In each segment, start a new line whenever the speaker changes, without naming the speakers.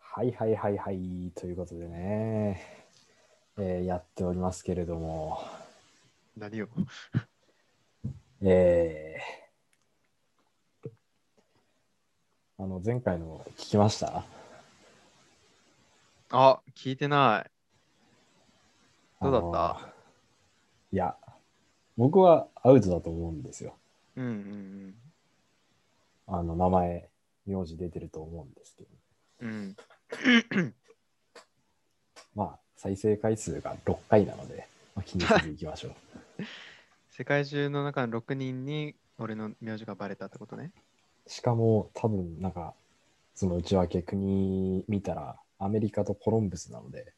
はいはいはいはい。ということでね、えーやっておりますけれども、
何を
えーあの前回の聞きました
あ、聞いてない。どうだっ
あの
た
いや、僕はアウトだと思うんですよ。
うんうん
あの名前、名字出てると思うんですけど。
うん。うん。
まあ、再生回数が6回なので、まあ、気にせずいきま しょう。
世界中の中の6人に俺の名字がバレたってことね。
しかも多分なんかその内訳国見たらアメリカとコロンブスなので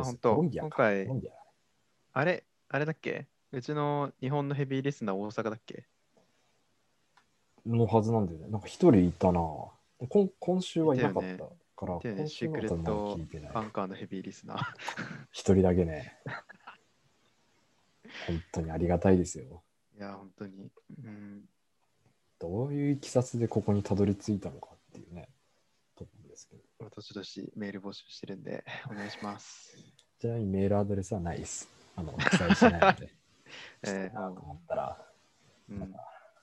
コロ
あ、
ン
本
ブスコ
当。
ロンビアか
今回
コロ、ンビア
あれ、あれだっけうちの日本のヘビーリスナー大阪だっけ
のはずなんで、ね、なんか一人いたなこん今週はいなかったから、
いたよね
今週のことはまだ聞いてない
アンカーのヘビーリスナー。
一人だけね本当にありがたいですよ
いや、本当に。うん。
どういういきさつでここにたどり着いたのかっていうねところですけど
私どしメール募集してるんで、お願い します。
ちなみにメールアドレスはないですあの記載しないの で
えー
したいなと思ったら
うん。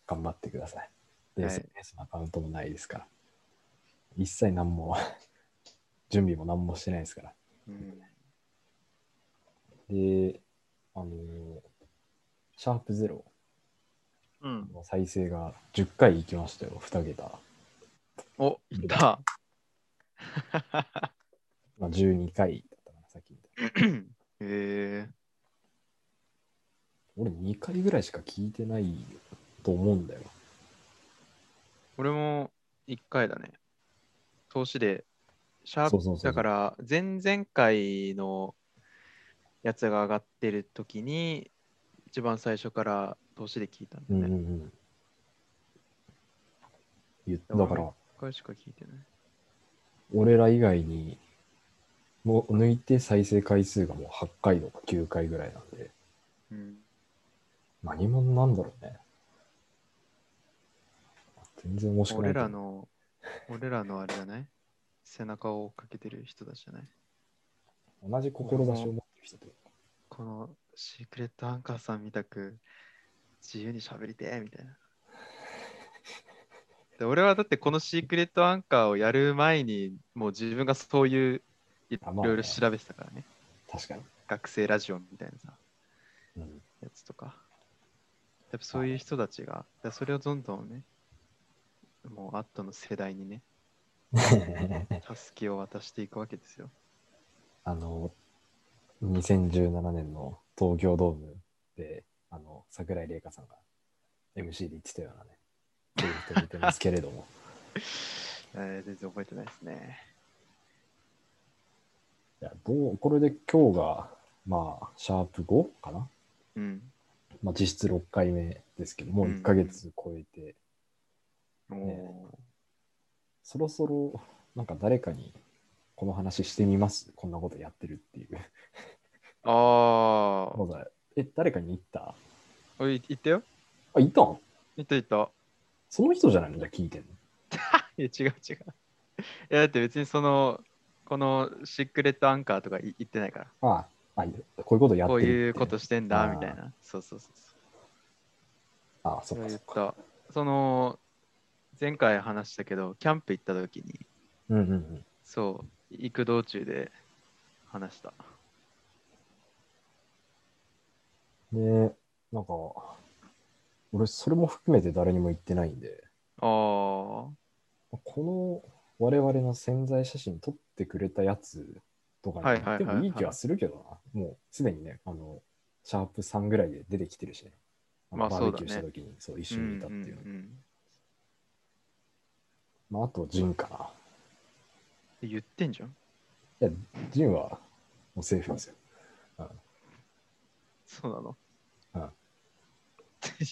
頑張ってください。で、
はい
SNS のアカウントもないですから。一切何も、 準備も何もしてないですから。
うん、
で、あのーシャープゼロ
うん。
の再生が10回いきましたよ、2桁。
お、いった。
まあ、12回だったかな、さっきみたいな。
え
俺2回ぐらいしか聞いてないと思うんだよ。
俺も1回だね。投資で、シャー
そう
プ
そうそうそう
だから、前々回のやつが上がってる時に、一番最初から投資で聞いたんだ
うんうんう
ね。
ん。言っだから、
1回しか聞いてない。
俺ら以外に、もう抜いて再生回数がもう8回とか9回ぐらいなんで、
うん、
何者なんだろうね。全然面白くない。
俺ら。の、俺らのあれじゃない背中を追っかけてる人たちじゃない
同じ志を持ってる人というか。
このシークレットアンカーさんみたく自由に喋りてえみたいな。で俺はだってこのシークレットアンカーをやる前にもう自分がそういうい
あまあね
ろいろ調べてたからね。
確かに。
学生ラジオみたいなさ、
うん、
やつとか。やっぱそういう人たちが、だそれをどんどんね、もう後の世代にね、助けを渡していくわけですよ。
あの、2017年の東京ドームで、あの、桜井玲香さんが MC で言ってたようなね、そういう人見てますけれど も、
えー全然覚えてないですね。
いやどうこれで今日が、まあ、シャープ5かな
うん。
まあ、実質6回目ですけど、もう1ヶ月超えて、
お
ね
ー
そろそろなんか誰かにこの話してみます、こんなことやってるっていう。
ああ
ま。だえ、誰かに言った
おい、言ったよ。
あ、いたん
言った言った。
その人じゃないのじゃあ聞いてんの。
いや、違う 違う。いや、だって別にその、このシークレットアンカーとかい言ってないから、
ああ、あこういうことやって
こ
るっ
う
て
いうことしてんだ
あー
みたいな。そうそうそうそう。
あそっ
それ
かそ
は
っ
言っ
か。
た。その、前回話したけど、キャンプ行った時に、
うんうんうん。
そう、行く道中で話した。
で、なんか、俺、それも含めて誰にも言ってないんで、
ああ、
この我々の潜在写真撮ってくれたやつとか
は
に
いはいはい
で
はい
もいい気はするけどな。もうすでにね、あの、シャープ3ぐらいで出てきてるしね。あの
まあ
バ
そ
ー
う
ベ
だ
キュ
ね
ーした時にそう一緒にいたっていうの。
んんん
まあ、あと、ジンかな。
言ってんじゃん。
いや、ジンはもうセーフですよ。
そうなの。
うん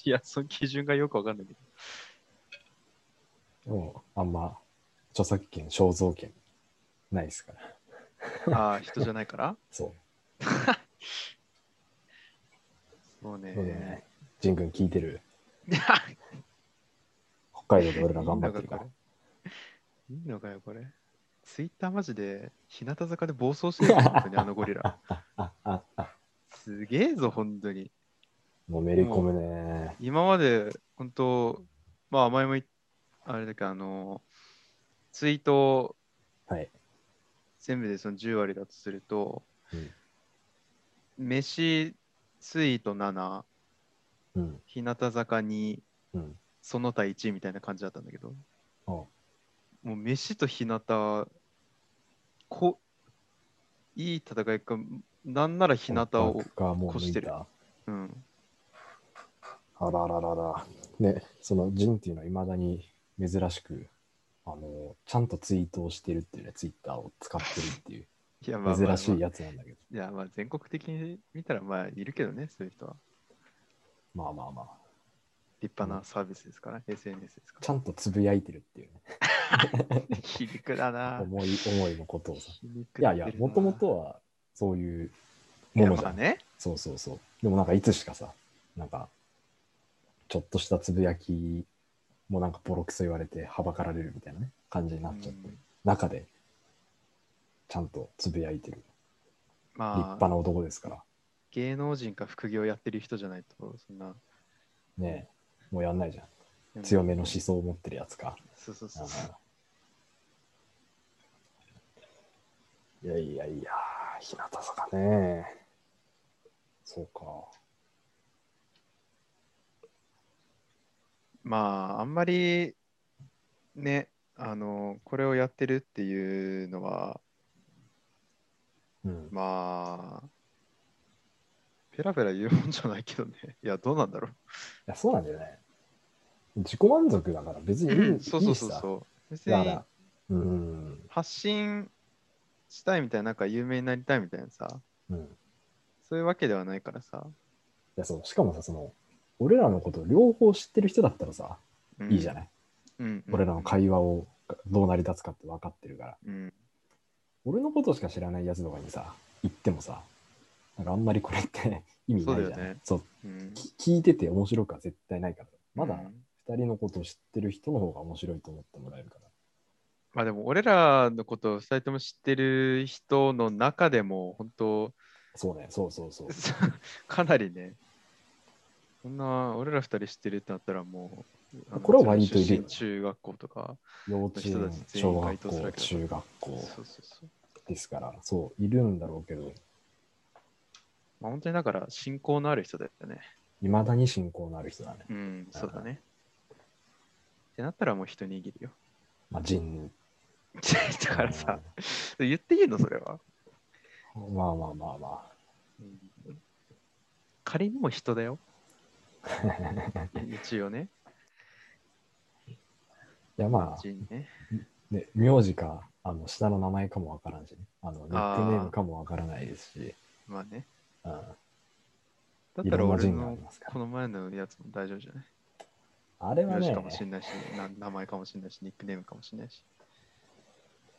いや、その基準がよくわかんないけ
で
ど。
もあんま著作権、肖像権ないですから。
ああ、人じゃないから
そ
そうね
う。。そうだよね。ジン君聞いてる。
いや
北海道で俺ら頑張ってるから。
いいのかよ、これ。いいのかよ、これ。ツイッターマジで、日向坂で暴走してるよ、本 当に、あのゴリラ。
あ、あ、あ、
すげえぞ、本当に。
もうめり込むね。
今まで、本当、まあ、前も言っあれだけど、あの、ツイート
はい。
全部でその10割だとすると、
うん
飯ツイート7、
うん。
日向坂2、
うん。
その他1みたいな感じだったんだけど、
お
もう飯と日向こいい戦いかなんなら日向を
僕、がもう抜い
越してる
た。
うん、
あらららら。ね、そのジンっていうのはいまだに珍しく、あの、ちゃんとツイートをしてるっていうね、ツイッターを使ってるっていう、
いや
珍しい
や
やつなんだけど。
いやまあ全国的に見たらまあいるけどねそういう人は
まあまあまあ。
立派なサービスですから、SNS ですか
ちゃんとつぶやいてるっていうね、
ら皮肉だな
思い、思いのことをさ。
皮肉っ
い
てるな
やいや、もともとはそういう
い
も
や
のじ
ま
ゃ
あ
ん。
ね
そうそうそう。でもなんかいつしかさ、なんか、ちょっとしたつぶやきもなんかボロクソ言われてはばかられるみたいなね、感じになっちゃって、
うん
中でちゃんとつぶやいてる立
ま
派
あ
な男ですから、
芸能人か副業やってる人じゃないとそんな
ねえもうやんないじゃん。
うん
強めの思想を持ってるやつか。
そうそうそうそう
うんいやいやいや、日向坂ね。そうか。
まあ、あんまりね、あの、これをやってるっていうのは、
うん。
まあ、ペラペラ言うもんじゃないけどね。 いや、どうなんだろ
いや、そうなんだよね。自己満足だから別にいい、
う。そうそうそう
いいしさ
そう。別
だか
に
ら、うん、
発信したいみたいな、なんか有名になりたいみたいなさ、
うん。い
そういうわけではないからさ。
や、そう、しかもさ、その、俺らのことを両方知ってる人だったらさ、いいじゃ
ない。
ない、
うん、
俺らの
話。
会話をどう成り立つかって分かってるから。
うん。
俺のことしか知らないやつとかにさ、言ってもさ、なんかあんまりこれって 意味ないじゃん。
そうだよね
そう
うん
き聞いてて面白くは絶対ないから。まだ
うん
二人のことを知ってる人の方が面白いと思ってもらえるから。
まあでも、俺らのことを2人とも知ってる人の中でも、本当、
そうね、そうそうそう。
そうかなりね、そんな俺ら二人知ってるってなったらもう、あの
これは割といるよね
出身中学校とか、
幼稚園
人た、ち全
小
員該
学
当する
校
わ、けだ
中学
そう
校
そうそう。
ですから、そう、いるんだろうけど、
まあ、本当にだから、信仰のある人だったね。
いまだに信仰のある人だね。
うん、そうだね。ってなったらもう一握り よ。
まあ、人
だからさ、言っていいのそれは、
まあまあまあま
仮にも 人だよ。
あ。
一応ね。
いやまあ、
人ね。
ね、名字か、あの、下の名前かもわからんし、ね、あの、ニックネー
あー
ムかもわからないですし、
まあね。
うん、
だっ
い
たら
ろんな
俺
人があ
の
りますから
こ。の前のやつも大丈夫じゃない
あれは
名字
ね
か、もしれないし、な名前かもしれないし、ニックネームかもしれないし。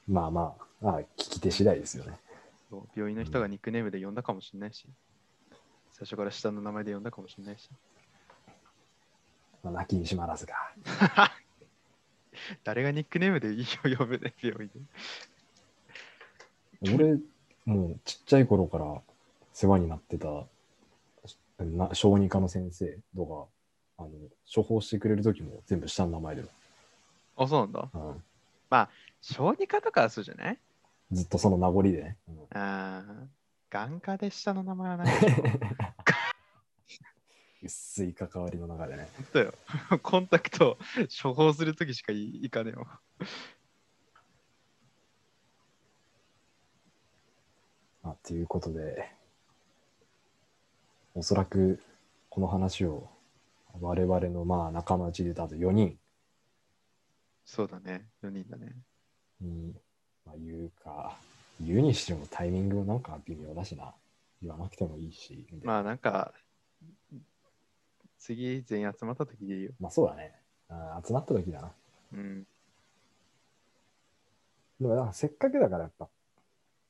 まあまあ、まあ、聞き手次第ですよね。
そう病院の人がニックネームで呼んだかもしれないし、最初から下の名前で呼んだかもしれ ないし、
まあ、泣きにしまらずか。
誰がニックネームでいいよ呼ぶね、病院で。
俺、もうちっちゃい頃から世話になってた、な小児科の先生とか、あの、処方してくれる時も全部下の名前で、
あ、そうなんだ。
うん、
小児科とかはそうじゃない
ずっとその名残でね。うん
ああ、眼科で下の名前は ないでしょ。本
薄い関わりの中でね。
当よ。コンタクト処方するときしかい行かねえよ。
まあ、ということで、おそらくこの話を我々のまあ仲間内で言うとあと4人
そうだね、4人だね。
に、まあ、言うか、言うにしてもタイミングもなんか微妙だしな。言わなくてもいいし。みたいな
まあなんか、次全員集まったときでいいよ。
まあそうだね。あー集まった時だな。
うん。
でもなんかせっかくだからやっぱ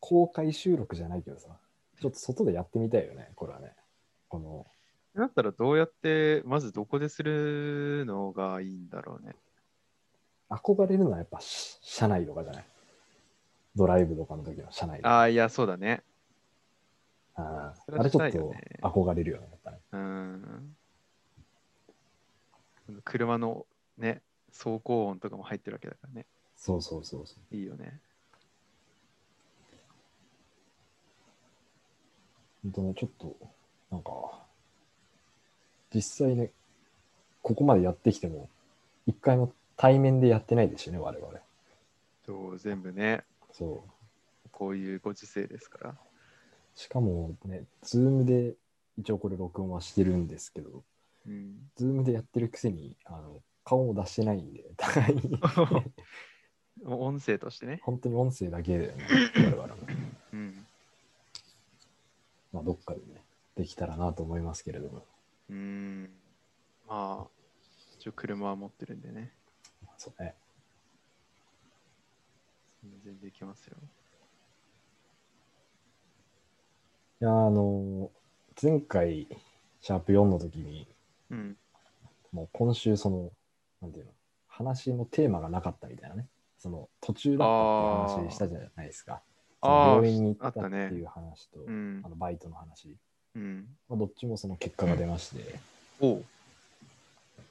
公開収録じゃないけどさ、ちょっと外でやってみたいよね、これはね。この、
だったらどうやって、まずどこでするのがいいんだろうね。
憧れるのはやっぱし社内とかじゃない。ドライブとかの時の車内で。
ああ、いや、そうだね。
あー
それ
あ
は
れ
し
ち
た
ょ
い
っ
よ
と
ね
憧れるよね。やっぱね
うん。車のね、走行音とかも入ってるわけだからね。
そうそうそうそう。
いいよね。
本当ね、ちょっと、なんか、実際ね、ここまでやってきても、一回も対面でやってないですよね、我々。
そう、全部ね、
そう。
こういうご時世ですから。
しかもね、ズームで、一応これ録音はしてるんですけど、
うん。
ズームでやってるくせに、あの、顔も出してないんで、 互いに、
音声としてね。
本当に音声だけだよね、我々も。
うん。
まあ、どっかでね、できたらなと思いますけれども、
うん。まあ、一応車は持ってるんでね。
そうね。
全然できますよ。
いや、あの、前回、シャープ4の時に、
うん。
もう今週その、なんていうの、話のテーマがなかったみたいなね、その途中だったっていう話したじゃないですか。その
あー
病院に行
あ
っ
った
たって
ね
いう話と、
うん
あ。のバイトの話、
うん。
まあ、どっちもその結果が出まして、
おう。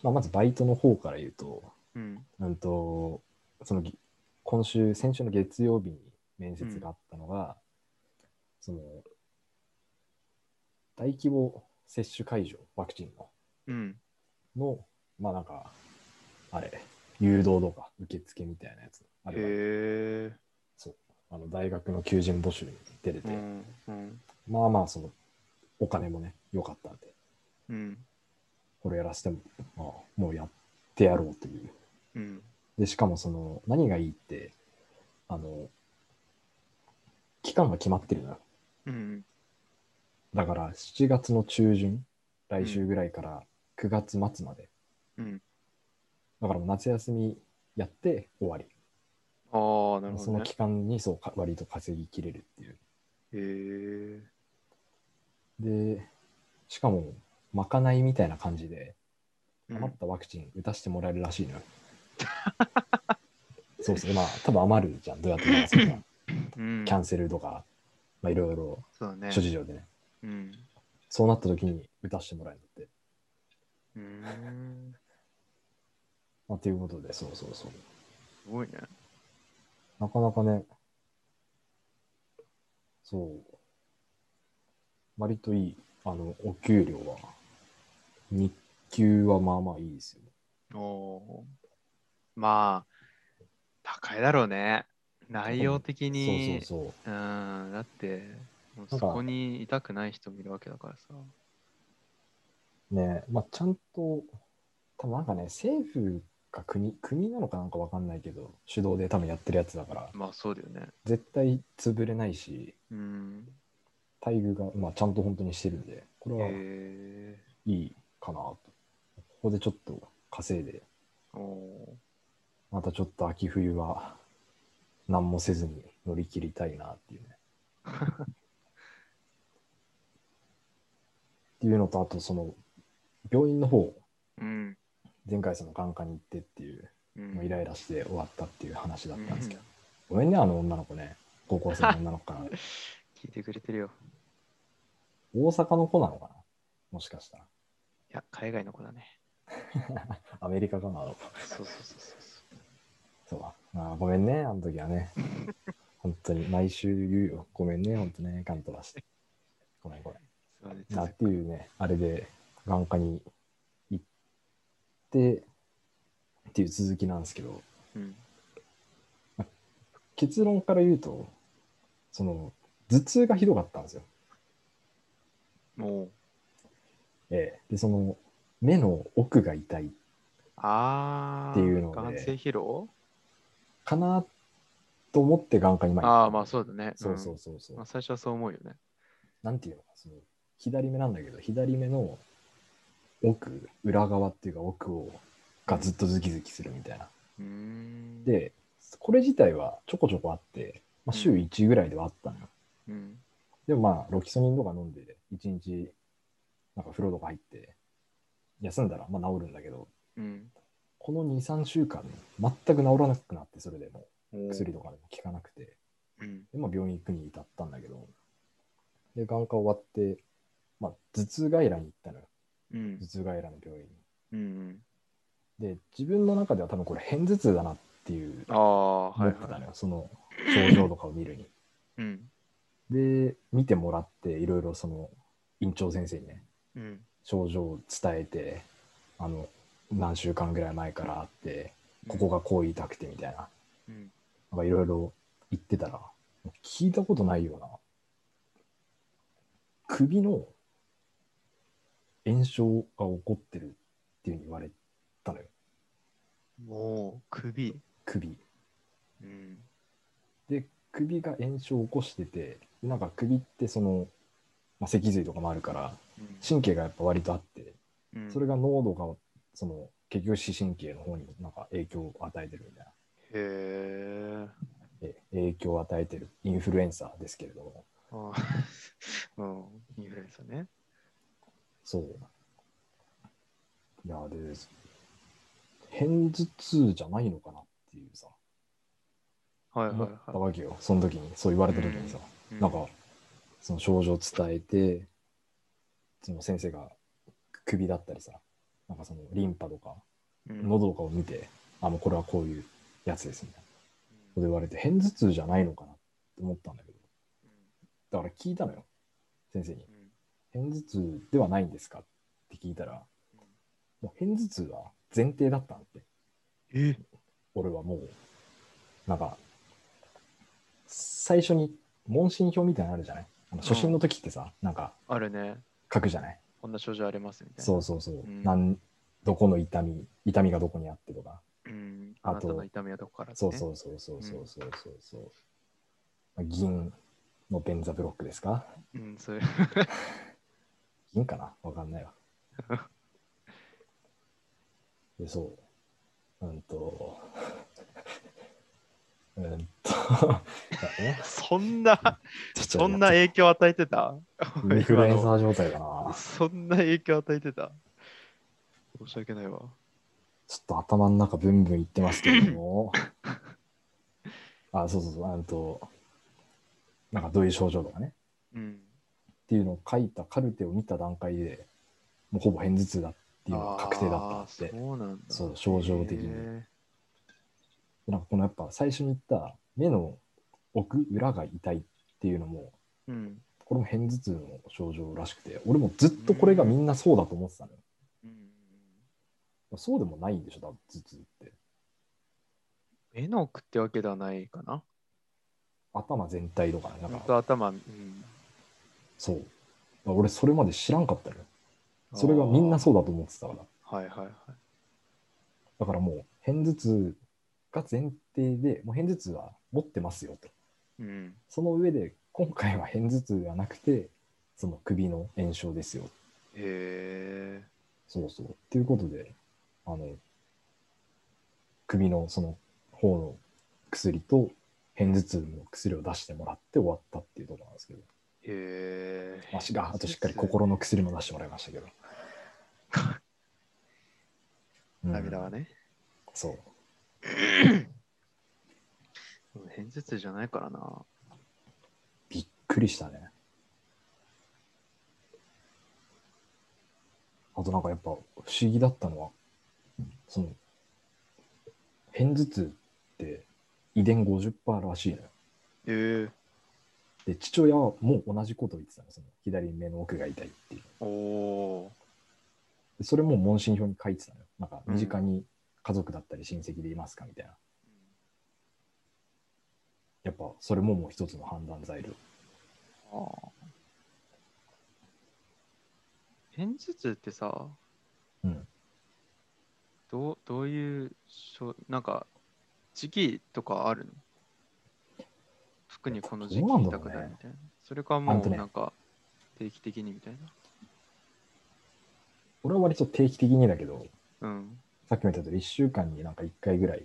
まあ、まずバイトの方から言うと、
うん。
うんと、そのぎ今週、先週の月曜日に面接があったのが、その、大規模接種会場、ワクチンの。
うん。
の、まあなんか、あれ、誘導とか受付みたいなやつ、あ
へ
れが
え。
あの大学の求人募集に出て
う
て、
ん。うん。
まあまあ、その、お金もね、良かったんで、
うん。
これやらせても、まあ、もうやってやろうという。
うん。
で、しかもその、何がいいって、あの、期間が決まってるな。
うん。
だから、7月の中旬、来週ぐらいから9月末まで。
うん。
だからもう夏休みやって終わり。
ああ、なるほ
そ
ど
の
ね。
期間にそうか割と稼ぎきれるっていう。
へえ。
で、しかも、まかないみたいな感じで、
うん
余ったワクチン打たしてもらえるらしいのよ。 そうそう、まあ、多分余るじゃん、どうやって流すか。
うん
キャンセルとか、まあ、いろいろ
そうだね。
諸事情でね。
うん。
そうなった時に打たしてもらえるんだって。
うーん。
まあ、ということで、そうそうそう。
すごいね。
なかなかね、そう、割といい、あの、お給料は、日給はまあまあいいですよ。
おおー。まあ、高いだろうね。内容的に。
そうそうそう。
うん。だって、もう
な
そ
んか
こにいたくない人もいるわけだからさ。
ねまあ、ちゃんと、多分なんかね、政府か国、国なのかなんかわかんないけど、主導で多分やってるやつだから、
まあ、そうだよね。
絶対潰れないし、
うん。
待遇が、まあ、ちゃんと本当にしてるんで、これ
へ
は
え。
いいかなと。ここでちょっと稼いで、
おお
またちょっと秋冬は何もせずに乗り切りたいなっていうね。っていうのと、あとその、病院の方、
ー。うん。
前回その眼科に行ってっていう
うん
もうイライラして終わったっていう話だったんですけど、
うん
ごめんね、あの女の子ね、高校生の女の子かな。
聞いてくれてるよ。
大阪の子なのかなもしかしたら。
いや、海外の子だね。
アメリカかなあの子
そうそうそうそうそ
そうだあーごめんね、あの時はね。本当に、毎週言うよ。ごめんね、本当ね、ガン飛ばして。ごめん、ごめん。
う。そうね
なっていうね、あれで、眼科に行って、っていう続きなんですけど、
うん。
結論から言うと、その、頭痛がひどかったんですよ。
もう。
ええ。で、その、目の奥が痛い
ああ。
っていうので
眼性疲労
かなと思って眼科に前に行った
ああ、まあそうだね。
そうんそうそうそう。
まあ、最初はそう思うよね。
なんていうのか、その、左目なんだけど、左目の奥、裏側っていうか奥を、がずっとズキズキするみたいな。
うーん。、
で、これ自体はちょこちょこあって、まあ、週
うん
1ぐらいではあったのよ。
うん。
でもまあ、ロキソニンとか飲んで、1日、なんか風呂とか入って、休んだらまあ治るんだけど、
うん。
この2、3週間、全く治らなくなって、それでもう
おー
薬とかでも効かなくて、で、まあ、病院行くに至ったんだけど、で、眼科終わって、まあ、頭痛外来に行ったのよ。
うん
頭。痛外来の病院に。
うんうん。
で、自分の中では多分これ、片頭痛だなっていう、
ああ、は
思
い
ってたの
は
よ、
い。
その症状とかを見るに。
うん。
で、見てもらって、いろいろその、院長先生にね、
うん。
症状を伝えてあの何週間ぐらい前からあってここがこう言いたくてみたいな
うん。
なんかいろいろ言ってたら聞いたことないような首の炎症が起こってるっていうふうに言われたのよ
もう、首。
首
うん。
で首が炎症を起こしててなんか首ってその、まあ、脊髄とかもあるから
うん
神経がやっぱ割とあって
うん
それが濃度がその結局視神経の方になんか影響を与えてるみたいな
へえ。
え影響を与えてるインフルエンサーですけれども
ああ。 うん。インフルエンサーね。
そういやで偏頭痛じゃないのかなっていうさ
はいはい
思っ
はい
た。わけよその時にそう言われた時にさ、
う
なんかその症状を伝えてその先生が首だったりさなんかそのリンパとか
うん
喉とかを見て、あもうこれはこういうやつですみたいなこと
うん
言われて偏頭痛じゃないのかなって思ったんだけどだから聞いたのよ先生に
うん
「偏頭痛ではないんですか?」って聞いたら「もう偏頭痛は前提だったんって
え
俺はもうなんか最初に問診票みたいなのあるじゃないあの初診の時ってさ、なんか
あるね。
書くじゃない
こんな症状ありますみたいな。
そうそうそう、
ん
なんどこの痛み痛みがどこにあってとか
うん。
あと
あなたの痛みはどこから、ね、
そう
う。
そうそうそうそうそうそうそう、まあ銀の便座ブロックですか
うん、そういう。
銀かなわかんないわ。 で、そう。うんと。 うんと。え
そん な、
ちょっと
そんな影響与えてた
インフルエン
今
サー状態だな
の。そんな影響与えてた申し訳ないわ。
ちょっと頭の中ブンブンいってますけども。あ、そうそうそう。うんと。なんかどういう症状とかね。
うん。
っていうのを書いたカルテを見た段階で、もうほぼ片頭痛だっていうのが確定だった
あ
っ
ー
て。
そうなんだ。
そう症状的に
へ
なんかこのやっぱ最初に言った目の奥裏が痛いっていうのも
ーうん。
これも片頭痛の症状らしくて俺もずっとこれがみんなそうだと思ってたのよ、
うん
そうでもないんでしょ多分頭痛って
目の奥ってわけではないかな。
頭全体とかねなん
本
か
当頭、うん。
そうだから俺それまで知らんかったのよそれがみんなそうだと思ってたから
う。はいはいはい。
だからもう片頭痛が前提でもう片頭痛は持ってますよと
うん。
その上で今回は片頭痛ではなくてその首の炎症ですよ
へえ。
そうそう。っていうことで、あの、首のその方の薬と片頭痛の薬を出してもらって終わったっていうところなんですけど、
へえ。
まあしがあとしっかり心の薬も出してもらいましたけど。うん
涙はね。
そう。
うん偏頭痛じゃないからな。
びっくりしたね。あとなんかやっぱ不思議だったのは、その、片頭痛って遺伝50%らしいのよ。
ええ。
で、父親はもう同じことを言ってたの、その左目の奥が痛いっていう。
おお
でそれも問診票に書いてたのよ。なんか、
うん
身近に家族だったり親戚でいますかみたいな。やっぱ、それももう一つの判断材料。
ー。ああ。偏頭痛ってさ、
うん。
どうどういう症、なんか、時期とかあるの特にこの時期
どうなんだ
痛
ろう
く
ね
ないみたいな。それか
あん
も
と
う
ね
なんか、定期的にみたい
俺は割と定期的にだけど、
な。うん。
さっきも言ったとおり、1週間になんか1回ぐらい、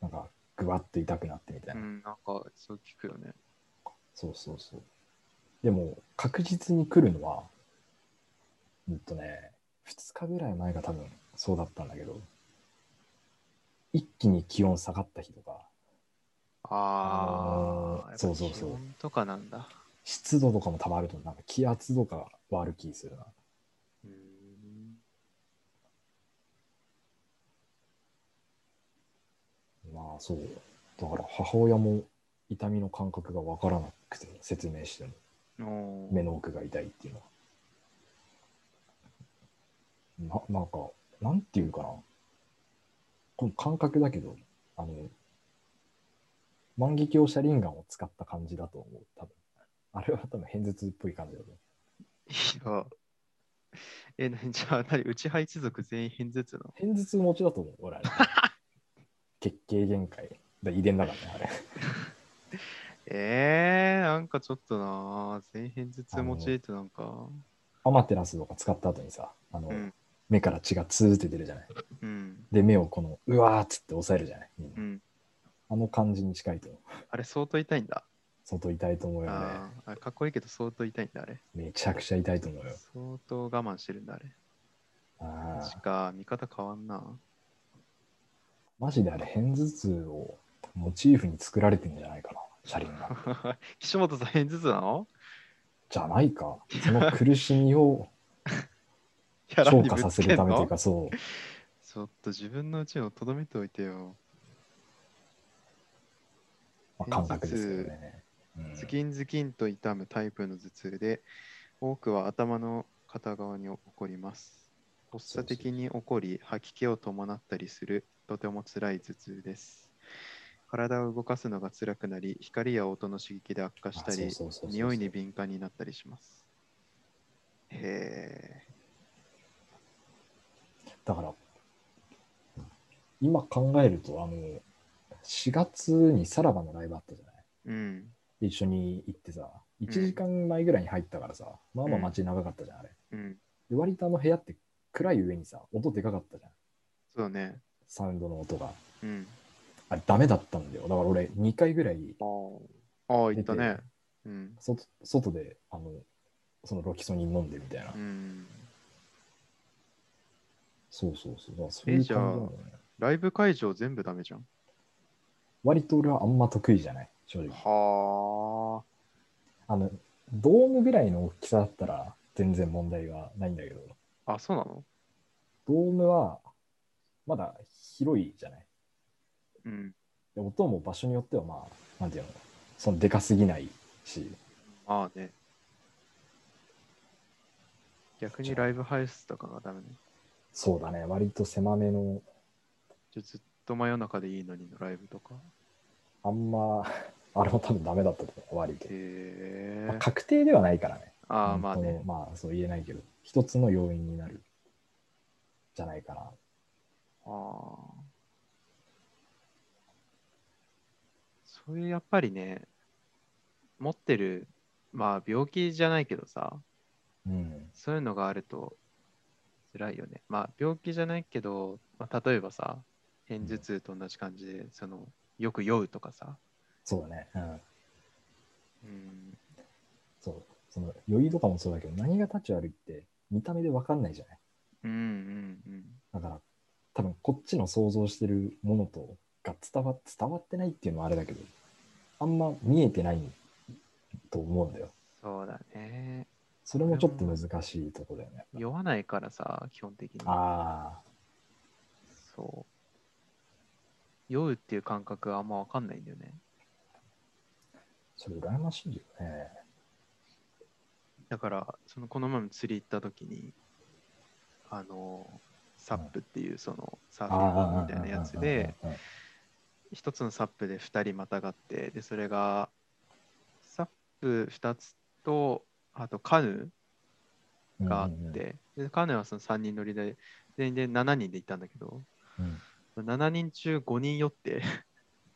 なんか、ぐわっと痛くなってみたいうな。
ん、なんか、そう聞くよね。
そうそうそう。でも、確実に来るのは、うんとね、2日ぐらい前が多分そうだったんだけど、一気に気温下がった日とか、
あ
あー
あ、
そうそうそう
やっぱ気温とかなんだ。
湿度とかもたまると、なんか気圧とかはある気するな。
うーん
まあそう。だから母親も痛みの感覚がわからなくて、説明しても
おー
目の奥が痛いっていうのは。ななんか、なんていうかな。この感覚だけど、あの、万華鏡シャリンガンを使った感じだと思う、多分。あれは多分偏頭痛っぽい感じだと思う。
いや。え、なじゃあ、何、うちは一族全員偏頭痛なの
偏頭痛持ちだと思う、俺あれ。 血形限界。だ遺伝だからね、あれ。
えー、なんかちょっとなー、全員偏頭痛持ちってなんか、
アマテラスとか使った後にさ、あの、
うん、
目から血がツーって出るじゃない。
うん、
で、目をこの、うわーっつって押さえるじゃない。みんな
うん。
あの感じに近いと思う、
あれ、相当痛いんだ。
相当痛いと思うよね。
あーあれかっこいいけど、相当痛いんだ、あれ。
めちゃくちゃ痛いと思うよ。
相当我慢してるんだ、あれ。
あ
確
ー
か、見方変わんな。
マジであれ、片頭痛をモチーフに作られてんじゃないかな、車輪が。
岸本さん、偏頭痛なの
じゃないか。その苦しみを
キャラ
消
に
化
ぶ
さ
つ
せ
け
る
ん
ためという
の
か、そう。
ちょっと自分のうちのとどめておいてよ。
まあ、感覚ですけどね。うん
ズキンズキンと痛むタイプの頭痛で、多くは頭の片側に起こります。発作的に起こり、吐き気を伴ったりする、とても辛い頭痛です。体を動かすのが辛くなり、光や音の刺激で悪化した
あ
り、
そうそうそうそうそう
匂いに敏感になったりします。へ
だから、今考えると、あの、4月にさらばのライブあったじゃない。
え。うん。
で一緒に行ってさ、1時間前ぐらいに入ったからさ、まあまあ街長かったじゃん、あれ。
うん。
で、割とあの部屋って暗い上にさ、音でかかったじゃん。
そうね。
サウンドの音が。
うん。
あれ、ダメだったんだよ。だから俺、2回ぐらい
ああ。ああ、言ったね。うん。
外外で、あの、そのロキソニン飲んでみたいな。
うん。
そうそうそう。だからそういう感
え
じ
じ
な
ゃあ
のね。
ライブ会場全部ダメじゃん。
割と俺はあんま得意じゃない、正直。
は
あの、ドームぐらいの大きさだったら全然問題がないんだけど、
あ。あ、そうなの
ドームはまだ広いじゃない。
うん。
で音も場所によってはまあ、なんていうの、そのでかすぎないし、
まあね。逆にライブハウスとかがダメね。
そうだね、割と狭めの、
じゃあずっと真夜中でいいのにのライブとか。
あんま、あれも多分ダメだったと思う、悪いけど。
へ
まあ
え。
確定ではないからね。
ああ、まあ
本
ね
当。まあ、そう言えないけど、一つの要因になるじゃないかな。
ああ。そういうやっぱりね、持ってる、まあ病気じゃないけどさ、
うん。
そういうのがあると辛いよね。まあ病気じゃないけど、まあ、例えばさ、偏頭痛と同じ感じで、そのよく酔うとかさ、
そうだね。うん。
うん、
そう。その余裕とかもそうだけど、何が立ち悪いって見た目で分かんないじゃない。
うんうんうん。
だから、多分こっちの想像してるものとが伝わ伝わってないっていうのはあれだけど、あんま見えてないと思うんだよ。
そうだね。
それもちょっと難しいとこだよね。
酔わないからさ、基本的に。
ああ、
そう。酔うっていう感覚はあんまわかんないんだよね。
それ羨ましいよね。
だから、そのこの前も釣り行った時に、あの、サップっていうそのサーフィンボード
ああ、
みたいなやつで、
うんうんうん
一つのサップで二人またがってでそれがサップ二つとあとカヌ
うん、
ーがあっ
うんうん
て、でカヌーはその3人乗りで全員で7人で行ったんだけど
うん。い
7人中5人酔って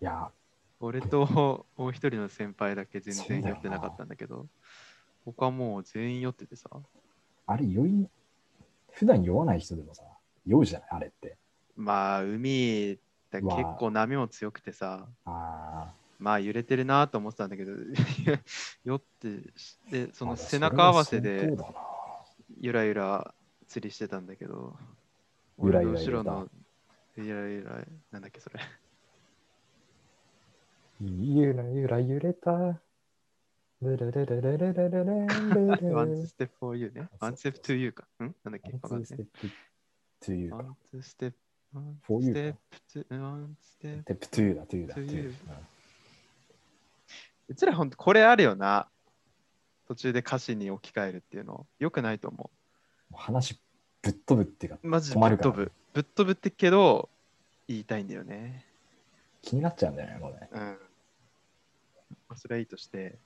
や、
俺ともう一人の先輩だけ全
そうだよな
然酔ってなかったんだけど他もう全員酔っててさ
あれ酔い、普段酔わない人でもさ、酔うじゃない、あれって。
まあ海って
う
結
わ
構波も強くてさ
ああ、
まあ揺れてるなと思ってたんだけど 酔ってしてその
あ
背中合わせで
それは相当だな
ゆらゆら釣りしてたんだけど、
ゆらゆら
俺の後ろ
ゆら
のゆらゆら、なんだっけそれ。
ゆらゆら揺れた。ルルルルルルルルルルル
ワンツステップフォーユーね。ワンツステップトゥユーか。んなんだっけわか
ワ
ん
ン
な
ツス
い
テ。ップトゥ
ね
ユー
ワ
か。
ンツステップ。ワン
フォー
ス
ユ
テ
ー
ップトゥワンステップ。
テップトゥーだ、トゥーだ、
ト
ト
ゥ
ゥ
ユー
ー。
うちらほんとこれあるよな。途中で歌詞に置き換えるっていうの。よくないと思
うん話ぶっ飛ぶっていうか、
う。マジで
止
ぶ
ま
っ
るから
飛ぶ。ぶっ飛ぶってけど、言いたいんだよね。
気になっちゃうんだよね、これ。
うん。まあそれはいいとして。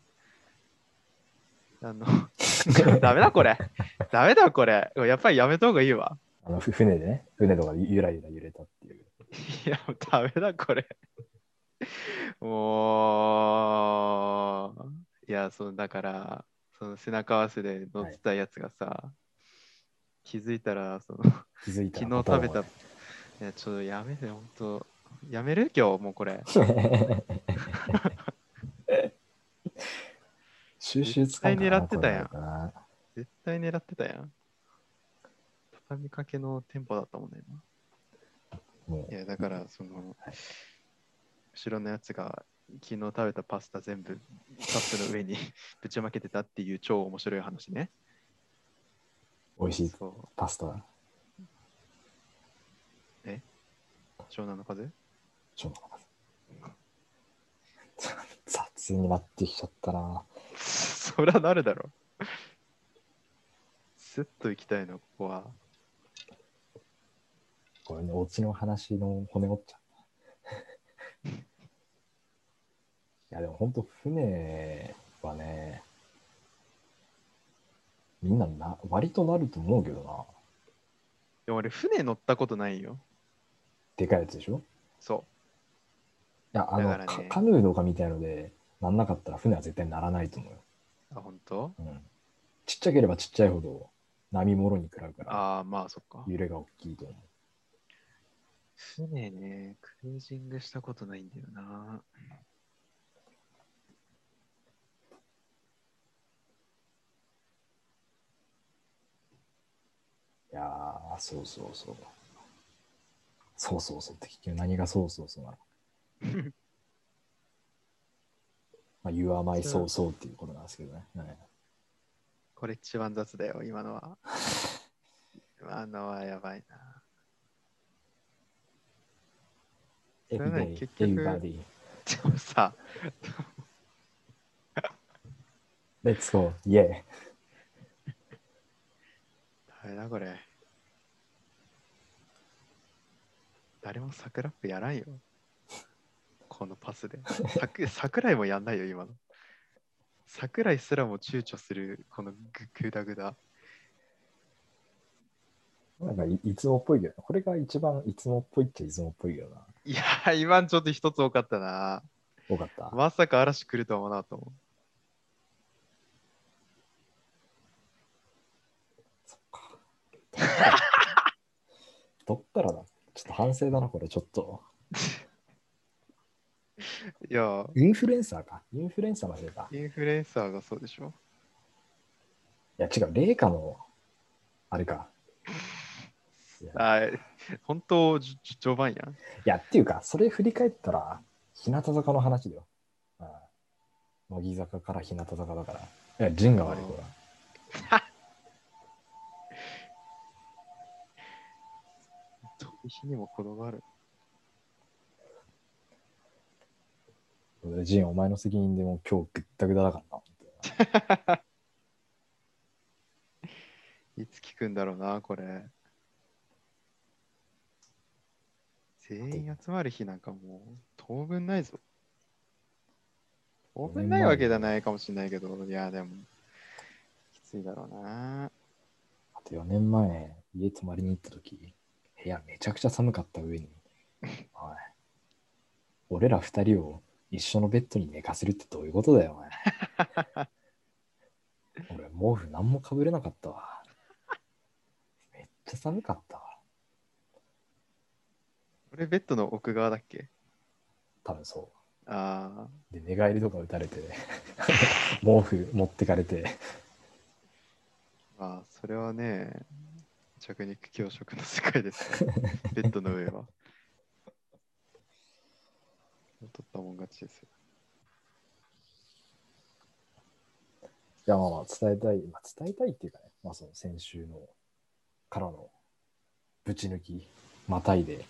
あの、 ダメだこれ。ダメだこれ。やっぱりやめた方がいいわ。
あのふ船でね、船とかでゆらゆら揺れたっていう。
いや、もうダメだ、これ。もう、いや、そのだから、その背中合わせで乗ってたやつがさ、気づいたら、その、
気づいた
昨
ら
日食べた、いや、ちょっとやめて、ほんと、やめる今日、もうこれ。
収集つかんか
絶対狙ってたやん
これな
絶対狙ってたやん。畳みかけのテンポだったもんね、今
も
いや、だから、その、後ろのやつが、昨日食べたパスタ全部カップの上に ぶちまけてたっていう超面白い話ね。
う、美味しい
そ
パスタ、
う、湘南の風
ちょっと待って雑になってきちゃったな。
そりゃなるだろ。スッと行きたいの、ここは。
これね、オチの話の骨折っちゃう。いや、でも本当、船はね、みんなな、割となると思うけどな。
でも俺、船乗ったことないよ。
でかいやつでしょ
そ
いや、あの、
だから
か
ね
カヌーとかみたいので、なんなかったら船は絶対ならないと思うよ。
う。あ、本当
うん。ちっちゃければちっちゃいほど、波もろに食らうから、
ああ、まあ、そっか。
揺れが大きいと思う。
船ね、クルージングしたことないんだよな。
いやー、そうそうそう。そうそうそうって結局何がそうそうそうなのか。 まあ、You are my
そ
そううそうっていうことなんですけどね。はい
これ一番雑だよ、今 のは。今のはやばいな。それはね
Everybody,
結局
everybody,
でもさ、
let's go, yeah.
ダメだこれ。誰も桜っぷやらんよ。このパスで。さく桜井もやんないよ、今の。桜井すらも躊躇する、このぐぐだぐだ。
なんかいいつもっぽいけどな、これが一番いつもっぽいっちゃいつもっぽいけどな。
いやー、今のちょっと一つ多かったな。
多かった。
まさか嵐来るとは思わなかったもん。
そっか。 どったらだ。ちょっと反省だな、これちょっと。
いやー、
インフルエンサーか。インフルエンサーのせいか。い
インフルエンサーがそうでしょ。
や、違う、霊下の、あれか。いや
はい。本当、じじ序盤やん。
いや、っていうか、それ振り返ったら、日向坂の話だよ。うん乃木坂から日向坂だから。いや、陣が悪い、これは。
飛び火にも転がる。
陣、お前の責任でもう今日ぐったぐだだからな。
いつ聞くんだろうな、これ。全員集まる日なんかもう当分ないぞ。当分ないわけじゃないかもしれないけど、いや、でも、きついだろうな。
あと4年前、家泊まりに行った時、部屋めちゃくちゃ寒かった上に、おい、俺ら2人を一緒のベッドに寝かせるってどういうことだよ、お前。俺、毛布何もかぶれなかったわ。めっちゃ寒かったわ。
俺、ベッドの奥側だっけ
多分そう。
ああ、
で、寝返りとか打たれて、毛布持ってかれて、
まあ、それはね、着肉強食の世界ですよ。ベッドの上は。取ったもん勝ちですよ。
いや、まあまあ伝えたい、まあ、伝えたいっていうかね、まあその先週のからのぶち抜き、またいで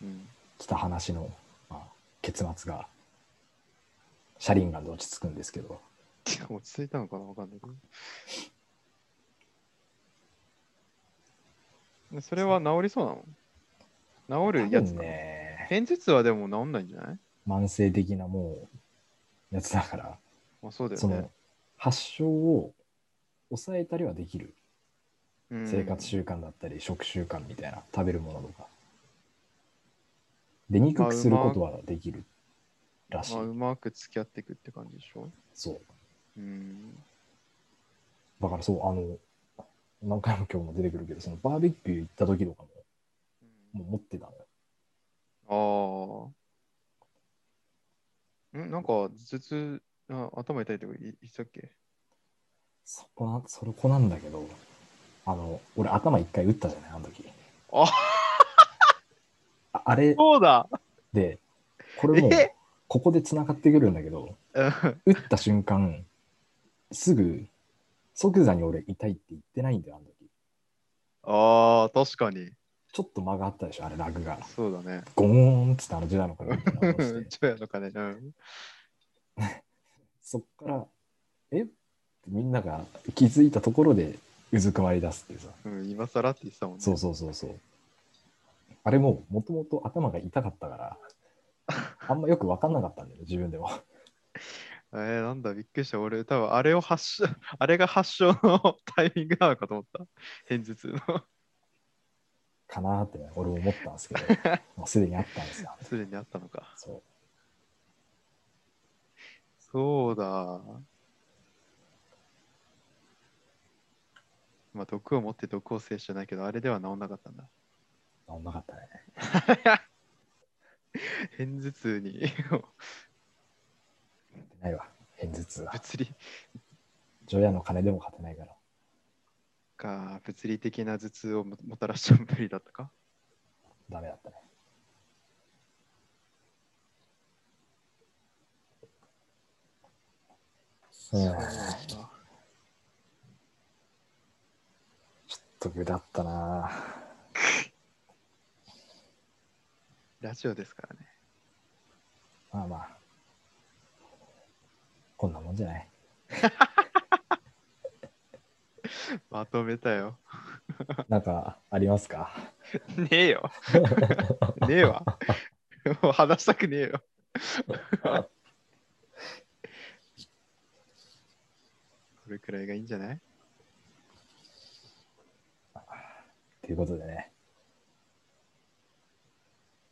うん。
来た話の、まあ、結末が、シャリンガンで落ち着くんですけど、
いや落ち着いたのかなわかんないけど。でそれは治りそうなの治るや
多
つ
分
かな。
ね、
片頭痛はでも治んないんじゃない
慢性的なもう、やつだから、
まあそうだよ
そ
ね
の。、発症を抑えたりはできる。
うん
生活習慣だったり、食習慣みたいな、食べるものとか。出にくくすることはできるらしい
まあ、。うまく付き合っていくって感じでしょ。
そう。
うん。
だからそう、あの、何回も今日も出てくるけど、そのバーベキュー行った時とかも、もう持ってたのよ。
ああ。んなんか、頭痛、あ頭痛いとか言ってたっけ
そこな、そこなんだけど、あの、俺頭一回打ったじゃない、あの時。
あ
ああれ
そうだ
で、これも
え、
ここで繋がってくるんだけど、打った瞬間、すぐ、即座に俺痛いって言ってないんだよ、あの時。
ああ、確かに。
ちょっと間があったでしょ、あれ、ラグが。
そうだね。
ゴーンっつってあの時代のからみたいな音して。
ちょやのかね。うん。
そっから、えってみんなが気づいたところでうずくまり出すっていうさ。
うん、今更って言ってたもんね。
そうそうそうそう。あれも、もともと頭が痛かったから、あんまよく分かんなかったんだよね、自分でも。
えー、なんだ、びっくりした。俺、多分あれを発症、 あれが発症のタイミングなのかと思った。偏頭痛の。
かなーって、ね、俺も思ったんですけど、まあ、すでにあったんですよ。
すでにあったのか。
そ
そうだ。まあ、毒を持って毒を制してないけど、あれでは治んなかったんだ。
う、治んなかったね。
偏頭痛に
勝てないわ、偏頭痛は。
物理
ジョヤの金でも勝てないから。
か、物理的な頭痛をももたらした無理だったか。
ダメだったね。うん、ちょ
そうだ
っと具だったな
ラジオですからね。
まあまあ。こんなもんじゃない。
まとめたよ。
なんかありますか
ねえよ。ねえわ。もう話したくねえよ。これくらいがいいんじゃない
ということでね。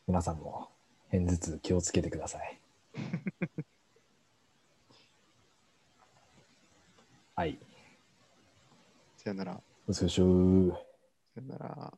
皆さんも片頭痛気をつけてください。はい。
さよなら。
お疲れ様。
さよなら。